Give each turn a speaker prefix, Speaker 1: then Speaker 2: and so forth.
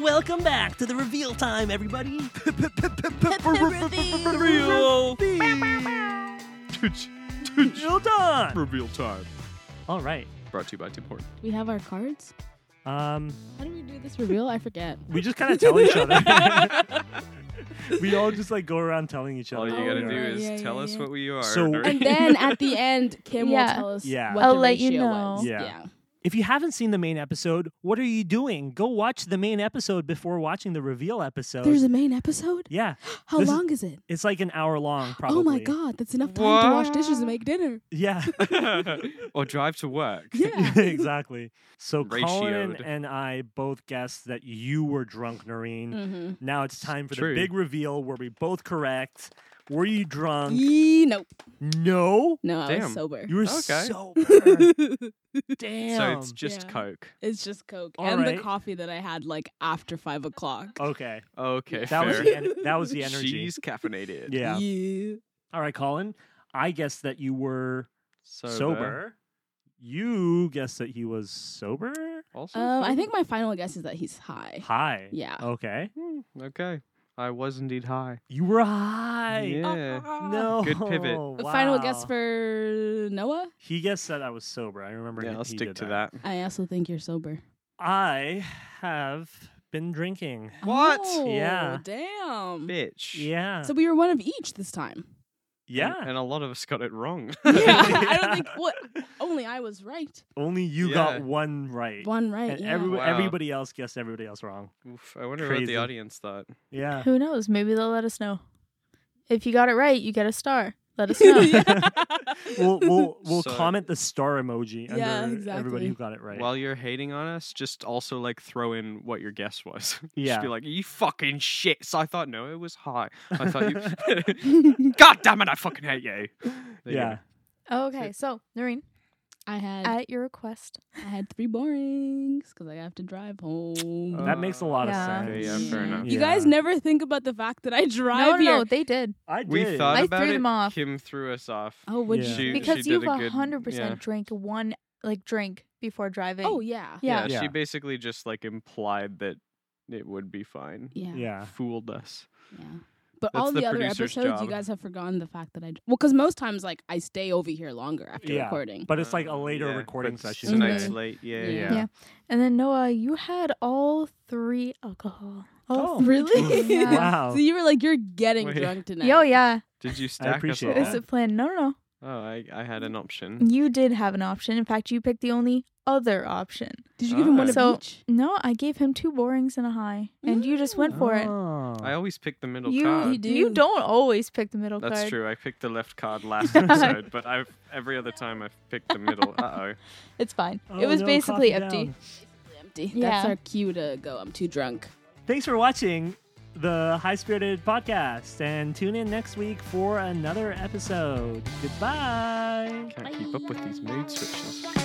Speaker 1: Welcome back to the reveal time, everybody.
Speaker 2: Reveal.
Speaker 1: Reveal time.
Speaker 2: Reveal time.
Speaker 1: All right.
Speaker 2: Brought to you by Tim Hortons.
Speaker 3: We have our cards.
Speaker 1: Um,
Speaker 3: How do we do this reveal? I forget.
Speaker 1: we just kind of tell each other. we all just like go around telling each other.
Speaker 2: All you
Speaker 1: what
Speaker 2: gotta
Speaker 1: we
Speaker 2: do
Speaker 1: are.
Speaker 3: yeah,
Speaker 2: is
Speaker 3: yeah,
Speaker 2: tell
Speaker 3: yeah,
Speaker 2: us
Speaker 3: yeah.
Speaker 2: what we are.
Speaker 1: So-
Speaker 2: or-
Speaker 3: And then at the end, Kim
Speaker 4: Yeah.
Speaker 3: will tell us
Speaker 1: Yeah.
Speaker 3: what
Speaker 4: I'll
Speaker 3: the
Speaker 4: let you
Speaker 3: ratio
Speaker 4: know.
Speaker 3: was.
Speaker 1: Yeah.
Speaker 3: yeah.
Speaker 1: If you haven't seen the main episode, what are you doing? Go watch the main episode before watching the reveal episode.
Speaker 3: There's a main episode?
Speaker 1: yeah,
Speaker 3: How
Speaker 1: This is-
Speaker 3: long is it?
Speaker 1: it's like an hour long, probably.
Speaker 3: Oh my god, that's enough time to wash dishes and make dinner.
Speaker 1: Yeah.
Speaker 2: or drive to work.
Speaker 3: Yeah.
Speaker 1: exactly. So Colin
Speaker 2: Ratioed.
Speaker 1: and I both guessed that you were drunk, Noreen.
Speaker 3: mm-hmm.
Speaker 1: Now it's time for
Speaker 2: True.
Speaker 1: the big reveal where we both correct. Were you drunk?
Speaker 3: nope.
Speaker 1: No.
Speaker 3: No, I
Speaker 2: Damn.
Speaker 3: was sober.
Speaker 1: You were
Speaker 2: Okay.
Speaker 1: sober. Damn.
Speaker 2: So it's just
Speaker 3: Yeah.
Speaker 2: Coke.
Speaker 3: it's just Coke
Speaker 1: All
Speaker 3: and
Speaker 1: right. Oh,
Speaker 3: the coffee that I had like after five o'clock.
Speaker 1: okay.
Speaker 2: Okay,
Speaker 1: That was
Speaker 2: fair.
Speaker 1: the en- that was the energy.
Speaker 2: She's caffeinated.
Speaker 1: Yeah.
Speaker 3: Yeah.
Speaker 1: All right, Colin. I guessed that you were
Speaker 2: Sober.
Speaker 1: sober. You guessed that he was sober.
Speaker 2: Also.
Speaker 3: Um, I
Speaker 2: sober.
Speaker 3: think my final guess is that he's high.
Speaker 1: High.
Speaker 3: Yeah.
Speaker 1: Okay.
Speaker 2: Hmm, okay. I was indeed high.
Speaker 1: You were high.
Speaker 2: Yeah.
Speaker 1: Oh, No.
Speaker 2: Good pivot.
Speaker 3: A Ah. Final guess
Speaker 1: wow.
Speaker 3: for Noah.
Speaker 1: He guessed that I was sober. I remember.
Speaker 2: Yeah,
Speaker 1: he-
Speaker 2: I'll
Speaker 1: he
Speaker 2: stick
Speaker 1: did
Speaker 2: to that.
Speaker 3: I also think you're sober.
Speaker 1: I have been drinking.
Speaker 2: What?
Speaker 3: Oh,
Speaker 1: Yeah.
Speaker 3: Damn.
Speaker 2: Bitch.
Speaker 1: Yeah.
Speaker 3: So we were one of each this time.
Speaker 1: yeah.
Speaker 2: And, and a lot of us got it wrong.
Speaker 3: Yeah. I don't think what only I was right.
Speaker 1: Only you
Speaker 2: Yeah.
Speaker 1: got one right.
Speaker 3: One right.
Speaker 1: and
Speaker 3: yeah.
Speaker 1: every-
Speaker 2: Wow.
Speaker 1: everybody else guessed everybody else wrong.
Speaker 2: Oof, I wonder what
Speaker 1: Crazy.
Speaker 2: the audience thought.
Speaker 1: Yeah.
Speaker 4: Who knows? Maybe they'll let us know. If you got it right, you get a star. Let us know.
Speaker 1: we'll we'll, we'll
Speaker 2: So-
Speaker 1: comment the star emoji under
Speaker 3: Yeah,
Speaker 1: everybody
Speaker 3: exactly.
Speaker 1: who got it right.
Speaker 2: While you're hating on us, just also like throw in what your guess was.
Speaker 1: Yeah.
Speaker 2: Just be like, you fucking shit. So I thought, no, it was high. I thought you. God damn it, I fucking hate you. There you
Speaker 1: yeah.
Speaker 4: Oh, okay, so Noreen,
Speaker 3: I had I,
Speaker 4: at your request,
Speaker 3: had three borings because I have to drive home.
Speaker 2: Uh,
Speaker 1: That makes a lot
Speaker 4: Yeah.
Speaker 1: of
Speaker 2: Okay,
Speaker 1: sense.
Speaker 2: yeah, fair enough.
Speaker 3: You guys
Speaker 1: Yeah.
Speaker 3: never think about the fact that I
Speaker 4: no,
Speaker 3: drive
Speaker 4: no,
Speaker 3: here.
Speaker 4: no, they did
Speaker 1: I did.
Speaker 2: We thought
Speaker 4: I
Speaker 2: about
Speaker 4: threw
Speaker 2: it.
Speaker 4: them off.
Speaker 2: Kim threw us off.
Speaker 3: Oh, would
Speaker 1: Yeah.
Speaker 3: you?
Speaker 2: She-
Speaker 4: because
Speaker 2: did
Speaker 4: you've
Speaker 2: a good-
Speaker 4: hundred
Speaker 2: yeah.
Speaker 4: percent drank one like drink before driving.
Speaker 3: oh yeah.
Speaker 4: yeah.
Speaker 1: Yeah.
Speaker 2: she basically just like implied that it would be fine.
Speaker 3: Yeah. Yeah.
Speaker 1: Yeah.
Speaker 2: Fooled us.
Speaker 3: But
Speaker 2: That's
Speaker 3: all
Speaker 2: the
Speaker 3: the, other
Speaker 2: producer's
Speaker 3: episodes, you
Speaker 2: job.
Speaker 3: guys have forgotten the fact that I well, because most times like I stay over here longer after
Speaker 1: Yeah.
Speaker 3: recording.
Speaker 1: But it's like a
Speaker 2: Uh,
Speaker 1: later
Speaker 2: yeah,
Speaker 1: recording
Speaker 2: but
Speaker 1: session.
Speaker 2: Tonight's
Speaker 4: Mm-hmm.
Speaker 1: right?
Speaker 3: Mhm.
Speaker 2: late. Yeah.
Speaker 3: Yeah.
Speaker 4: Yeah. And then Noah, you had all three alcohol.
Speaker 1: Oh.
Speaker 4: All
Speaker 3: Really?
Speaker 4: Yeah.
Speaker 1: Wow.
Speaker 3: so you were like, you're getting
Speaker 2: Wait.
Speaker 3: drunk tonight.
Speaker 4: Yo, yeah.
Speaker 2: Did you stack
Speaker 1: appreciate
Speaker 2: us
Speaker 4: It
Speaker 2: all?
Speaker 4: was a Mm. plan. No, no, no.
Speaker 2: Oh, I, I had an option.
Speaker 4: You did have an option. In fact, you picked the only other option.
Speaker 3: Did you give him one
Speaker 4: So-
Speaker 3: of each?
Speaker 4: No, I gave him two borings and a high, and you just went for it.
Speaker 1: Oh.
Speaker 2: I always pick the middle
Speaker 4: You
Speaker 2: card.
Speaker 3: He did.
Speaker 4: you don't always pick the middle
Speaker 2: That's
Speaker 4: card.
Speaker 2: true. I picked the left card last episode, but I've every other time I've picked the middle. Uh oh.
Speaker 4: It's fine.
Speaker 1: Oh,
Speaker 4: it was
Speaker 1: no,
Speaker 4: basically
Speaker 1: coffee
Speaker 4: empty.
Speaker 1: down.
Speaker 3: Empty. That's
Speaker 4: Yeah.
Speaker 3: our cue to go. I'm too drunk.
Speaker 1: Thanks for watching the High Spirited Podcast and tune in next week for another episode. Goodbye.
Speaker 2: Can't keep up with these mood switches.